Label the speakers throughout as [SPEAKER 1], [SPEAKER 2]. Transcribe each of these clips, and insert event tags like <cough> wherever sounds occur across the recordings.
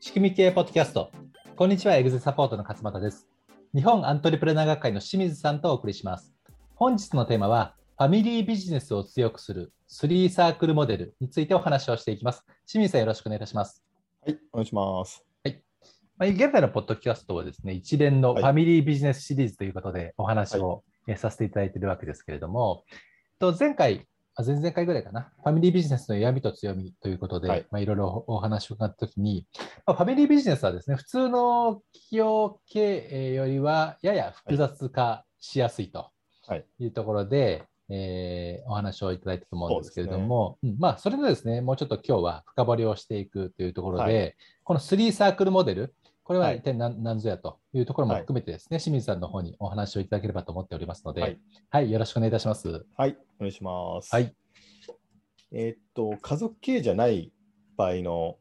[SPEAKER 1] 仕組み系ポッドキャスト。こんにちは、エグゼサポートの勝俣です。日本アントレプレナー学会の清水さんとお送りします。本日のテーマは、ファミリービジネスを強くする3サークルモデルについてお話をしていきます。清水さん、よろしくお願いいたします。
[SPEAKER 2] はい、お願いします。
[SPEAKER 1] まあ現在のポッドキャストはですね、一連のフ
[SPEAKER 2] は
[SPEAKER 1] ァ
[SPEAKER 2] い
[SPEAKER 1] ミリービジネスシリーズということでお話をえーさせていただいているわけですけれども、と前回、あ前々回ぐらいかな、ファミリービジネスの弱みと強みということで、
[SPEAKER 2] はい
[SPEAKER 1] いまあ、いろいろおお話を伺ったときに、まあファミリービジネスはですね、普通の企業経営よりはやや複雑化しやすいと
[SPEAKER 2] はい
[SPEAKER 1] いうところで、えーお話をいただいたと思うんですけれども、うんまあ、それのですね、もうちょっと今日は深掘りをしていくというところで、
[SPEAKER 2] は
[SPEAKER 1] この3サークルモデル、これは
[SPEAKER 2] はい
[SPEAKER 1] 一体何,、何ぞやというところも
[SPEAKER 2] はい
[SPEAKER 1] 含めてですね、清水さんの方にお話をいただければと思っておりますので、は
[SPEAKER 2] はいい、
[SPEAKER 1] よろしくお願いいたします。
[SPEAKER 2] はい、お願いします。
[SPEAKER 1] はい。
[SPEAKER 2] えーっと、家族経営じゃない場合の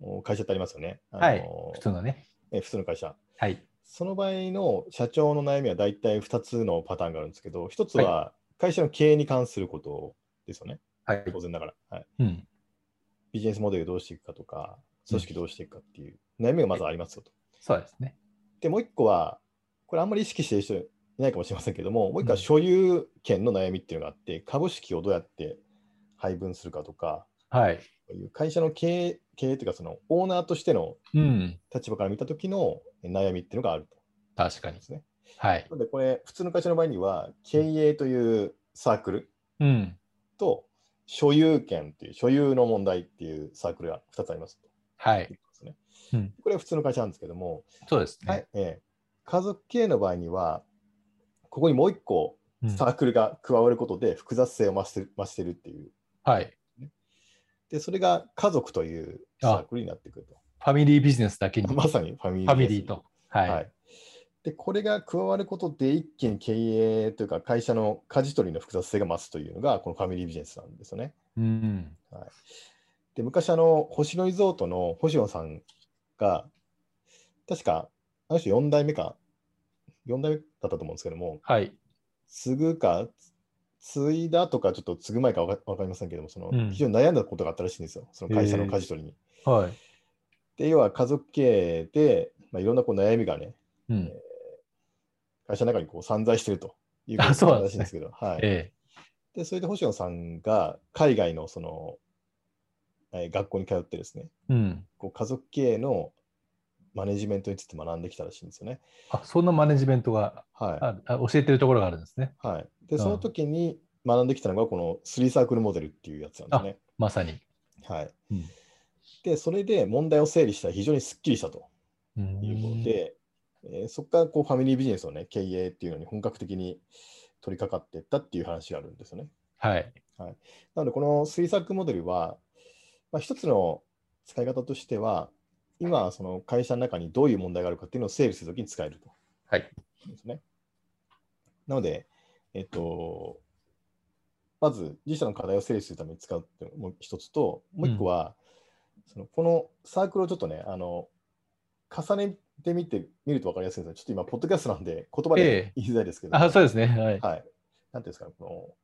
[SPEAKER 2] お会社ってありますよね。あの
[SPEAKER 1] はい普通のね。
[SPEAKER 2] え普通の会社。
[SPEAKER 1] はい。
[SPEAKER 2] その場合の社長の悩みは大体2つのパターンがあるんですけど、1つは会社の経営に関することですよね、
[SPEAKER 1] はい
[SPEAKER 2] 当。然ながら。はい、
[SPEAKER 1] うん。
[SPEAKER 2] ビジネスモデルどうしていくかとか、組織どうしていくかっていう悩みがまずありますよと。
[SPEAKER 1] そうですね。
[SPEAKER 2] で、もう1個は、これあんまり意識してる人いないかもしれませんけども、もう1個
[SPEAKER 1] う
[SPEAKER 2] は
[SPEAKER 1] ん
[SPEAKER 2] 所有権の悩みっていうのがあって、株式をどうやって配分するかとか、
[SPEAKER 1] はい。
[SPEAKER 2] こういう会社の経営経営というか、そのオーナーとしての
[SPEAKER 1] うん。
[SPEAKER 2] 立場から見た時の悩みっていうのがあると。
[SPEAKER 1] 確かに
[SPEAKER 2] で。すね。
[SPEAKER 1] はい。
[SPEAKER 2] なので、これ、普通の会社の場合には、経営というサークル
[SPEAKER 1] うん。
[SPEAKER 2] と、所有権という、所有の問題っていうサークルが2つありますと。
[SPEAKER 1] はい。
[SPEAKER 2] ですね
[SPEAKER 1] うん
[SPEAKER 2] これは普通の会社なんですけども、
[SPEAKER 1] そうですね。
[SPEAKER 2] はいええ家族経営の場合には、ここにもう1個
[SPEAKER 1] うん
[SPEAKER 2] サークルが加わることで複雑性を増してる増してるっていう。
[SPEAKER 1] はい。
[SPEAKER 2] で、それが家族というサークルになってくる
[SPEAKER 1] ファミリービジネスだけに、
[SPEAKER 2] と。
[SPEAKER 1] フ
[SPEAKER 2] まさにファミリー
[SPEAKER 1] ァミリーと。はい。
[SPEAKER 2] はい。で、これが加わることで、一気に経営というか、会社の舵取りの複雑性が増すというのが、このファミリービジネスなんですよね。
[SPEAKER 1] うん。
[SPEAKER 2] で、昔、あの、星野リゾートの星野さんが、確か、あの人4代目か、4代目だったと思うんですけども、
[SPEAKER 1] はい。
[SPEAKER 2] 継ぐか、継いだとか、ちょっと継ぐ前かわかわかりませんけども、その
[SPEAKER 1] うん、
[SPEAKER 2] 非常に悩んだことがあったらしいんですよ、その会社
[SPEAKER 1] へ
[SPEAKER 2] の
[SPEAKER 1] え
[SPEAKER 2] 舵取りに。
[SPEAKER 1] はい。
[SPEAKER 2] で、要は家族経営で、まあ、いろんなこう悩みがね、
[SPEAKER 1] うん。
[SPEAKER 2] 会社の中にこう散在してるという
[SPEAKER 1] あ <laughs> そうなんで
[SPEAKER 2] らし
[SPEAKER 1] す
[SPEAKER 2] いん
[SPEAKER 1] ね
[SPEAKER 2] ですけど、はい。
[SPEAKER 1] え
[SPEAKER 2] で、それで星野さんが海外のその、えー学校に通ってですね、
[SPEAKER 1] えうん。
[SPEAKER 2] こう家族経営のマネジメントについて学んできたらしいんですよね。
[SPEAKER 1] あ、そんなマネジメントが、
[SPEAKER 2] は
[SPEAKER 1] ああ教えてるところがあるんですね。
[SPEAKER 2] い。はい、で、
[SPEAKER 1] ん
[SPEAKER 2] その時に学んできたのが、この3サークルモデルっていうやつなんですね。
[SPEAKER 1] まさに。
[SPEAKER 2] はい。
[SPEAKER 1] うん
[SPEAKER 2] で、それで問題を整理したら非常にすっきりしたと
[SPEAKER 1] うん
[SPEAKER 2] いうことで、えーそこからこうファミリービジネスをね、経営っていうのに本格的に取り掛かっていったっていう話があるんですよね。
[SPEAKER 1] はい。
[SPEAKER 2] なので、この水作モデルは、まあ、一つの使い方としては、今、その会社の中にどういう問題があるかっていうのを整理するときに使えると。
[SPEAKER 1] はい。
[SPEAKER 2] ですね。なので、えっと、まず、自社の課題を整理するために使うっていうのもう一つと、もう一個は、そのこのサークルをちょっとね、あの、重ねてみてみると分かりやすいんですが、ちょっと今、ポッドキャストなんで、言葉
[SPEAKER 1] ええ
[SPEAKER 2] で言いづらいですけど、
[SPEAKER 1] あ、そうですね。はい。
[SPEAKER 2] はい。なんていうんですかね、こ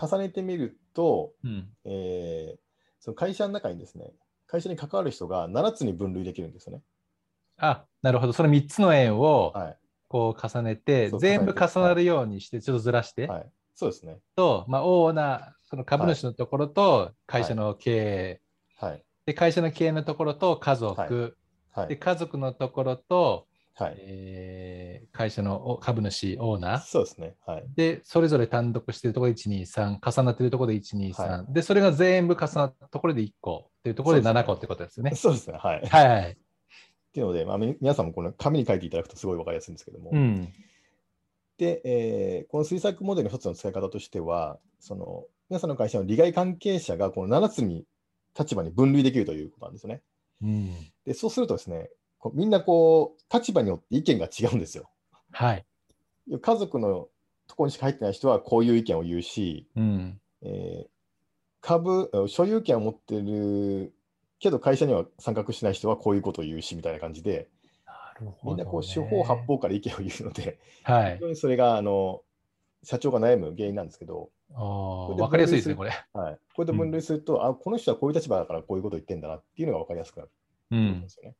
[SPEAKER 2] の、重ねてみると、
[SPEAKER 1] うん。
[SPEAKER 2] えーその会社の中にですね、会社に関わる人が7つに分類できるんですよね。
[SPEAKER 1] あ、なるほど。その3つの円を
[SPEAKER 2] は
[SPEAKER 1] こう重ねて、
[SPEAKER 2] そう
[SPEAKER 1] 全部
[SPEAKER 2] 重ねて
[SPEAKER 1] 重なるようにして、ちょっとずらして、
[SPEAKER 2] い。はい。そうですね。
[SPEAKER 1] と、まあ、オーナー、その株主のところと、会社の経営、
[SPEAKER 2] はい。
[SPEAKER 1] で、会社の経営のところと家族、
[SPEAKER 2] はは
[SPEAKER 1] で、
[SPEAKER 2] い。
[SPEAKER 1] 家族のところと、
[SPEAKER 2] はい。
[SPEAKER 1] えー会社のお株主、オーナー、
[SPEAKER 2] そうですね。はい。
[SPEAKER 1] で、それぞれ単独してるところで123、重なってるところで123、
[SPEAKER 2] は
[SPEAKER 1] で、それが全部重なったところで1個っていうところで7個ってことですよね。
[SPEAKER 2] そうですね。はい。っ
[SPEAKER 1] はいはい。
[SPEAKER 2] ていうので、まあ、み皆さんもこの紙に書いていただくとすごい分かりやすいんですけども。
[SPEAKER 1] うん。
[SPEAKER 2] で、えーこの水作モデルの一つの使い方としては、その、皆さんの会社の利害関係者がこの7つに立場に分類できるということなんですよね。
[SPEAKER 1] うん。
[SPEAKER 2] で、そうするとですね、こうみんなこう、立場によって意見が違うんですよ。
[SPEAKER 1] はい。
[SPEAKER 2] 家族のところにしか入ってない人はこういう意見を言うし、
[SPEAKER 1] うん。
[SPEAKER 2] えー株えー所有権を持ってるけど会社には参画しない人はこういうことを言うしみたいな感じで
[SPEAKER 1] なるほ
[SPEAKER 2] み
[SPEAKER 1] ど、
[SPEAKER 2] ん
[SPEAKER 1] ね。
[SPEAKER 2] なこう四方八方から意見を言うので、
[SPEAKER 1] は
[SPEAKER 2] 非
[SPEAKER 1] い。
[SPEAKER 2] 常にそれがあの社長が悩む原因なんですけど、
[SPEAKER 1] お
[SPEAKER 2] これ
[SPEAKER 1] ー
[SPEAKER 2] で
[SPEAKER 1] わかりやすいですね、これ。
[SPEAKER 2] はい、これで分類すると、あこの人はこういう立場だからこういうことを言ってんだなっていうのが分かりやすくなる
[SPEAKER 1] う
[SPEAKER 2] ということ
[SPEAKER 1] ん
[SPEAKER 2] で。すよね。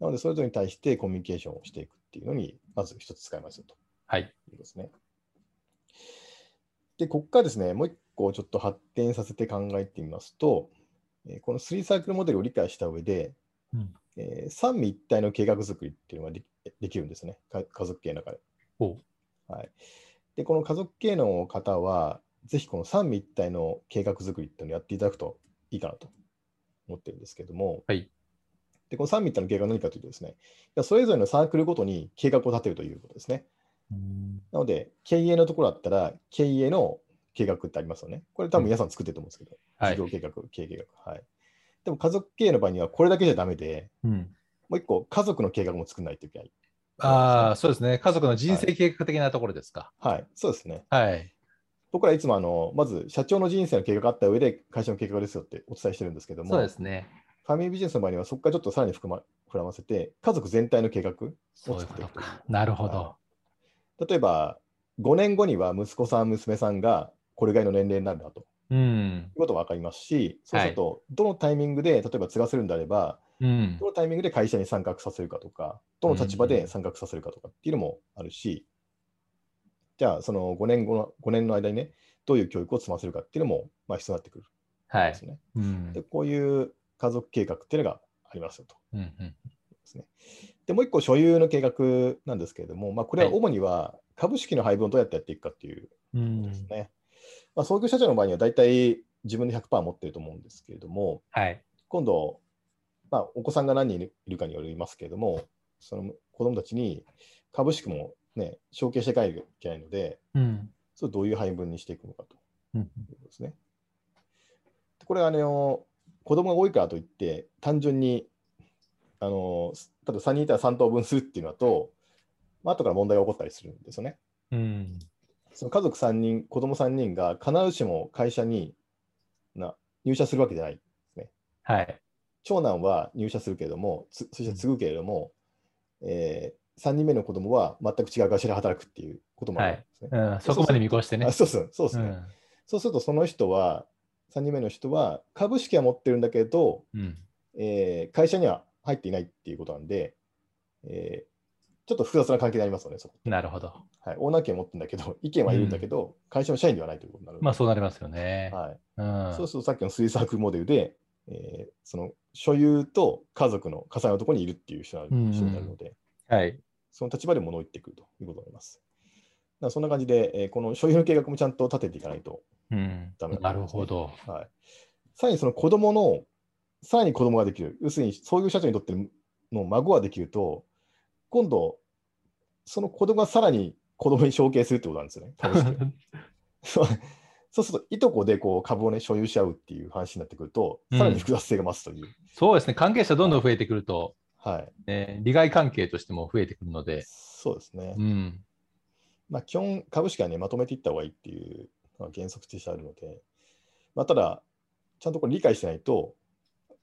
[SPEAKER 2] なので、それぞれに対してコミュニケーションをしていくっていうのに、まず一つ使いますよと。
[SPEAKER 1] はい。
[SPEAKER 2] いうことですね。で、ここからですね、もう一個ちょっと発展させて考えてみますと、えーこの3サークルモデルを理解した上で、
[SPEAKER 1] うん
[SPEAKER 2] えー三位一体の計画作りっていうのができできるんですね、か家族系の中で。
[SPEAKER 1] おう
[SPEAKER 2] はい、で、この家族系の方は、ぜひこの三位一体の計画作りっていうのをやっていただくといいかなと思ってるんですけども、
[SPEAKER 1] はい
[SPEAKER 2] でこの三位一体の計画は何かというとですね、いやそれぞれのサークルごとに計画を立てるということですね。
[SPEAKER 1] うん
[SPEAKER 2] なので、経営のところだったら、経営の計画ってありますよね。これ多分皆さん作ってると思うんですけど、
[SPEAKER 1] は
[SPEAKER 2] 事
[SPEAKER 1] い。
[SPEAKER 2] 業計画、経営計画。はい。でも家族経営の場合にはこれだけじゃダメで、
[SPEAKER 1] うん、
[SPEAKER 2] もう一個、家族の計画も作らないといけない。
[SPEAKER 1] ああ、そうですね。家族の人生計画的なところですか。
[SPEAKER 2] はい、そうですね。
[SPEAKER 1] はい。
[SPEAKER 2] 僕らいつもあの、まず社長の人生の計画があった上で、会社の計画ですよってお伝えしてるんですけども、
[SPEAKER 1] そうですね。
[SPEAKER 2] ファミリービジネスの場合には、そこからちょっとさらに膨,、ま、膨らませて、家族全体の計画を
[SPEAKER 1] そうい
[SPEAKER 2] 作
[SPEAKER 1] う
[SPEAKER 2] っ
[SPEAKER 1] こ
[SPEAKER 2] てい
[SPEAKER 1] と
[SPEAKER 2] くという
[SPEAKER 1] か。なるほど。
[SPEAKER 2] 例えば、5年後には息子さん、娘さんがこれぐらいの年齢になるなと。
[SPEAKER 1] うん
[SPEAKER 2] とい。うことが分かりますし、そう
[SPEAKER 1] はい
[SPEAKER 2] すると、どのタイミングで、例えば継がせるんであれば、
[SPEAKER 1] うん
[SPEAKER 2] ど。のタイミングで会社に参画させるかとか、どの立場で参画させるかとかっていうのもあるし、じゃあ、その5年後の、5年の間にね、どういう教育を積ませるかっていうのも、まあ、必要になってくる
[SPEAKER 1] は
[SPEAKER 2] んで
[SPEAKER 1] い
[SPEAKER 2] す。よね、
[SPEAKER 1] うん
[SPEAKER 2] で。こういう家族計画っていうのがありますよと。
[SPEAKER 1] うんうん
[SPEAKER 2] で、もう一個、所有の計画なんですけれども、まあ、これは
[SPEAKER 1] はい
[SPEAKER 2] 主には株式の配分をどうやってやっていくかっていう
[SPEAKER 1] う
[SPEAKER 2] ことです
[SPEAKER 1] ん。
[SPEAKER 2] ね。まあ、創業社長の場合には、大体自分で100%持ってると思うんですけれども、
[SPEAKER 1] はい。
[SPEAKER 2] 今度、まあ、お子さんが何人いるいるかによりますけれども、その子供たちに株式も、ね、承継していかなきゃいけないので、
[SPEAKER 1] うん。
[SPEAKER 2] それをどういう配分にしていくのかと
[SPEAKER 1] うん
[SPEAKER 2] いうことですね。でこれはあの子供が多いからといって、単純にあの例えば3人いたら3等分するっていうのだと、まあ後から問題が起こったりするんですよね。
[SPEAKER 1] うん。
[SPEAKER 2] その家族3人、子供3人が必ずしも会社にな入社するわけじゃない
[SPEAKER 1] はい。
[SPEAKER 2] 長男は入社するけれども、つそして継ぐけれども、え3人目の子供は全く違う会社で働くっていうこともあるんですね。
[SPEAKER 1] うん。そこまで見越してね
[SPEAKER 2] あ。そうそうそうです
[SPEAKER 1] う
[SPEAKER 2] ね、
[SPEAKER 1] ん。
[SPEAKER 2] そうすると、その人は、3人目の人は株式は持ってるんだけど、
[SPEAKER 1] うん。
[SPEAKER 2] えー会社には入っていないっていうことなんで、えーちょっと複雑な関係になりますよね、そこ。
[SPEAKER 1] なるほど。
[SPEAKER 2] はい、オーナー権持ってるんだけど、意見はいるんだけど、会社の社員ではないということになる。
[SPEAKER 1] まあそうなりますよね。
[SPEAKER 2] はい、
[SPEAKER 1] うん。
[SPEAKER 2] そうするとさっきの水サークルモデルで、えーその所有と家族の重なるところにいるっていう人な
[SPEAKER 1] うんうん
[SPEAKER 2] 人になるので、
[SPEAKER 1] はい。
[SPEAKER 2] その立場で物を言ってくるということになります。だからそんな感じで、えーこの所有の計画もちゃんと立てていかないと、
[SPEAKER 1] うん
[SPEAKER 2] ダメ。だ
[SPEAKER 1] なるほど。 <laughs>
[SPEAKER 2] はい、さらにその子供の、さらに子供ができる、要するに創業社長にとっての孫ができると、今度、その子供がさらに子供に承継するってことなんですよね、
[SPEAKER 1] <laughs>
[SPEAKER 2] 株式をそうそうすると、いとこでこう株を、ね、所有し合うっていう話になってくると、さらに複雑性が増すという、
[SPEAKER 1] そうですね。関係者どんどん増えてくると、
[SPEAKER 2] はい、
[SPEAKER 1] ね、利害関係としても増えてくるので。
[SPEAKER 2] そうですね、
[SPEAKER 1] うん。
[SPEAKER 2] まあ、基本、株式は、ね、まとめていった方がいいっていうのが原則としてあるので、まあ、ただ、ちゃんとこれ理解しないと、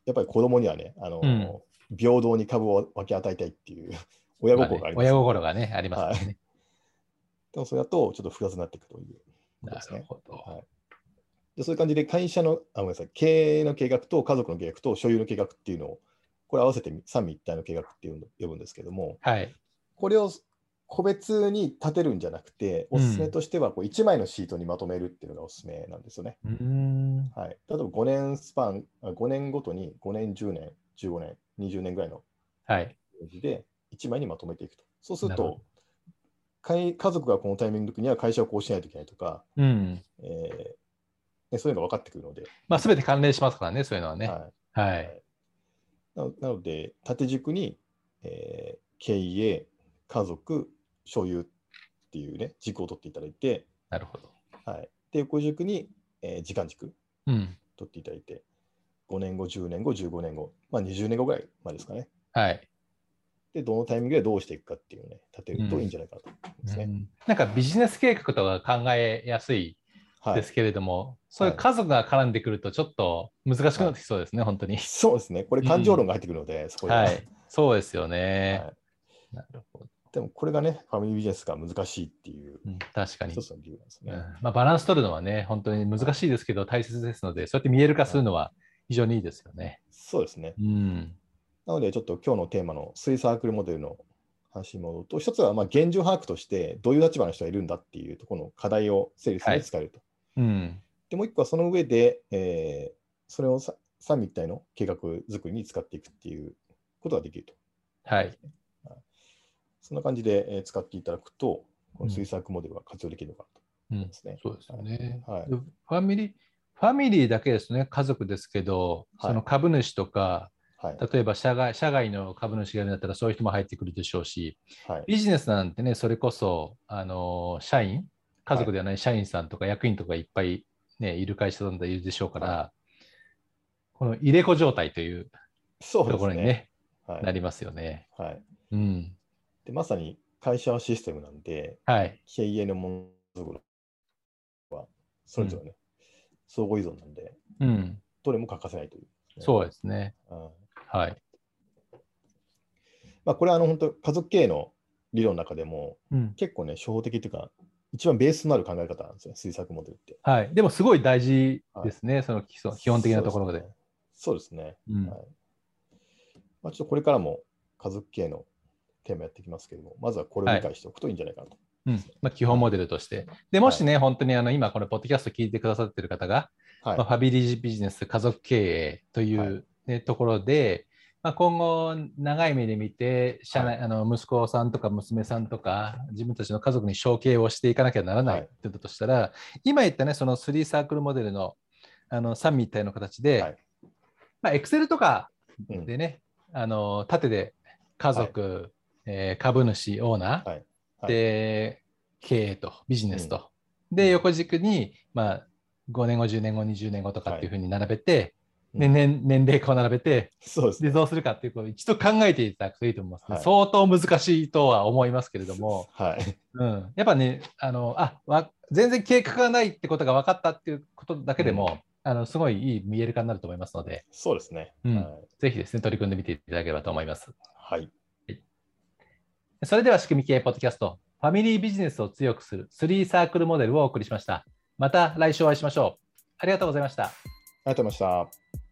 [SPEAKER 2] やっぱり子供にはね、あの
[SPEAKER 1] うん
[SPEAKER 2] 平等に株を分け与えたいっていう <laughs> 親心があります、
[SPEAKER 1] 親心がね、ありますからね。
[SPEAKER 2] でもそれだとちょっと複雑になっていくということ
[SPEAKER 1] な
[SPEAKER 2] ですね
[SPEAKER 1] る。ほど。
[SPEAKER 2] でそういう感じで会社のあごめんなさい経営の計画と家族の計画と所有の計画っていうのをこれ合わせて三位一体の計画っていうのを呼ぶんですけども
[SPEAKER 1] はい。
[SPEAKER 2] これを個別に立てるんじゃなくておすすめとしてはこう1枚のシートにまとめるっていうのがおすすめなんですよね。
[SPEAKER 1] うん。
[SPEAKER 2] はい、例えば5年スパンあ5年ごとに5年10年15年20年ぐらいの
[SPEAKER 1] はい。
[SPEAKER 2] ページで1枚にまとめていくとそうする
[SPEAKER 1] なるほ
[SPEAKER 2] とかい家族がこのタイミングの時には会社をこうしないといけないとか、
[SPEAKER 1] うん。
[SPEAKER 2] えーねそういうのが分かってくるので、
[SPEAKER 1] まあ全て関連しますからね、そういうのはね。
[SPEAKER 2] はい、
[SPEAKER 1] はい。
[SPEAKER 2] なのなので、縦軸に、えー経営、家族、所有っていうね、軸を取っていただいて、
[SPEAKER 1] なるほど。
[SPEAKER 2] はい、で横軸に、えー時間軸
[SPEAKER 1] うん。
[SPEAKER 2] 取っていただいて、5年後、10年後、15年後、まあ、20年後ぐらいまでですかね。
[SPEAKER 1] はい。
[SPEAKER 2] で、どのタイミングでどうしていくかっていうね、立てるといいんじゃないかなと思いますね。
[SPEAKER 1] うんなんかビジネス計画とか考えやすい
[SPEAKER 2] は
[SPEAKER 1] で
[SPEAKER 2] い
[SPEAKER 1] す、けれども、そういう家族が絡んでくるとちょっと難しくなってきそうですね、本当に。
[SPEAKER 2] そうですね、これ、感情論が入ってくるので、そこでは、
[SPEAKER 1] はい、そうですよね。
[SPEAKER 2] はい
[SPEAKER 1] なるほど、
[SPEAKER 2] でも、これがね、ファミリービジネスが難しいっていう、
[SPEAKER 1] うん確かに
[SPEAKER 2] 一。つの理由なんです
[SPEAKER 1] うん
[SPEAKER 2] ね。
[SPEAKER 1] まあ、バランス取るのはね、本当に難しいですけど、大切ですので、そうやって見える化するのは非常にいいですよね。
[SPEAKER 2] そうですね。
[SPEAKER 1] うん、
[SPEAKER 2] なので、ちょっと今日のテーマの水サークルモデルの話に戻ると、一つはまあ現状把握として、どういう立場の人がいるんだっていうところの課題を整理するのに使えると。
[SPEAKER 1] うん。
[SPEAKER 2] でもう一個はその上で、えーそれをさ三位一体の計画作りに使っていくっていうことができると。
[SPEAKER 1] はい。
[SPEAKER 2] そんな感じで、えー使っていただくと、こ
[SPEAKER 1] うん
[SPEAKER 2] の水作モデルが活用できるのかなと
[SPEAKER 1] う
[SPEAKER 2] 思い
[SPEAKER 1] ん
[SPEAKER 2] ま。すね。
[SPEAKER 1] そうですよね。
[SPEAKER 2] はい
[SPEAKER 1] でファミリー、ファミリーだけですね、家族ですけど、
[SPEAKER 2] はい
[SPEAKER 1] その株主とか、
[SPEAKER 2] はい。
[SPEAKER 1] 例えば社外社外の株主がいるんだったら、そういう人も入ってくるでしょうし、
[SPEAKER 2] はい。
[SPEAKER 1] ビジネスなんてね、それこそ、あの社員、家族ではない社員さんとか役員とかいっぱい、ね、いる会社さんだいるでしょうから、
[SPEAKER 2] は
[SPEAKER 1] この入れ子状態という
[SPEAKER 2] そうで
[SPEAKER 1] とこ
[SPEAKER 2] す
[SPEAKER 1] ろにね、
[SPEAKER 2] ね。は。
[SPEAKER 1] ないりますよね。
[SPEAKER 2] はい、
[SPEAKER 1] うん。
[SPEAKER 2] でまさに会社はシステムなんで、
[SPEAKER 1] はい。
[SPEAKER 2] 経営のものづくりは、それぞれね、相互依存なんで、
[SPEAKER 1] うん。
[SPEAKER 2] どれも欠かせないという。
[SPEAKER 1] そうですね。
[SPEAKER 2] うん
[SPEAKER 1] はい。
[SPEAKER 2] まあ、これはあの本当、家族経営の理論の中でも、
[SPEAKER 1] うん。
[SPEAKER 2] 結構ね、初歩的というか、一番ベースとなる考え方なんですよ、水作モデルって。
[SPEAKER 1] はい。でも、すごい大事ですね、その基礎、基本的なところで。
[SPEAKER 2] そうですね。
[SPEAKER 1] う
[SPEAKER 2] そうですね
[SPEAKER 1] ん
[SPEAKER 2] はいまあ、ちょっとこれからも家族経営のテーマやっていきますけれども、まずはこれを理解しておくといいんじゃないかなと。
[SPEAKER 1] うんまあ、基本モデルとして。でもしね、本当にあの今、このポッドキャスト聞いてくださってる方が、
[SPEAKER 2] はい。
[SPEAKER 1] まあ、ファミリービジネス、家族経営という、
[SPEAKER 2] はい
[SPEAKER 1] ねところで、まあ、今後、長い目で見て社内、あの息子さんとか娘さんとか、自分たちの家族に承継をしていかなきゃならない
[SPEAKER 2] はい
[SPEAKER 1] ってこととしたら、今言ったね、その3サークルモデルのあの3みたいの形で、
[SPEAKER 2] はい
[SPEAKER 1] まあ、Excel とか
[SPEAKER 2] うん
[SPEAKER 1] でね、あの縦で家族、えー株主、オーナー、
[SPEAKER 2] はいはい
[SPEAKER 1] で経営とビジネスと、
[SPEAKER 2] う
[SPEAKER 1] で
[SPEAKER 2] ん
[SPEAKER 1] 横軸に、まあ、5年後10年後20年後とかっていうふうに並べて、
[SPEAKER 2] うん
[SPEAKER 1] ね年年齢化を並べて
[SPEAKER 2] そうです
[SPEAKER 1] で
[SPEAKER 2] ね。
[SPEAKER 1] どうするかっていうことを一度考えていただくといいと思います、
[SPEAKER 2] はい
[SPEAKER 1] 相当難しいとは思いますけれども、
[SPEAKER 2] はい。
[SPEAKER 1] うん、やっぱねあのあわ全然計画がないってことが分かったっていうことだけでも、あのすごいいい見える化になると思いますので
[SPEAKER 2] そうですね。
[SPEAKER 1] うん
[SPEAKER 2] はい
[SPEAKER 1] ぜひですね取り組んでみていただければと思います。
[SPEAKER 2] はい。
[SPEAKER 1] それでは仕組み系ポッドキャスト、ファミリービジネスを強くする3サークルモデルをお送りしました。また来週お会いしましょう。ありがとうございました。
[SPEAKER 2] ありがとうございました。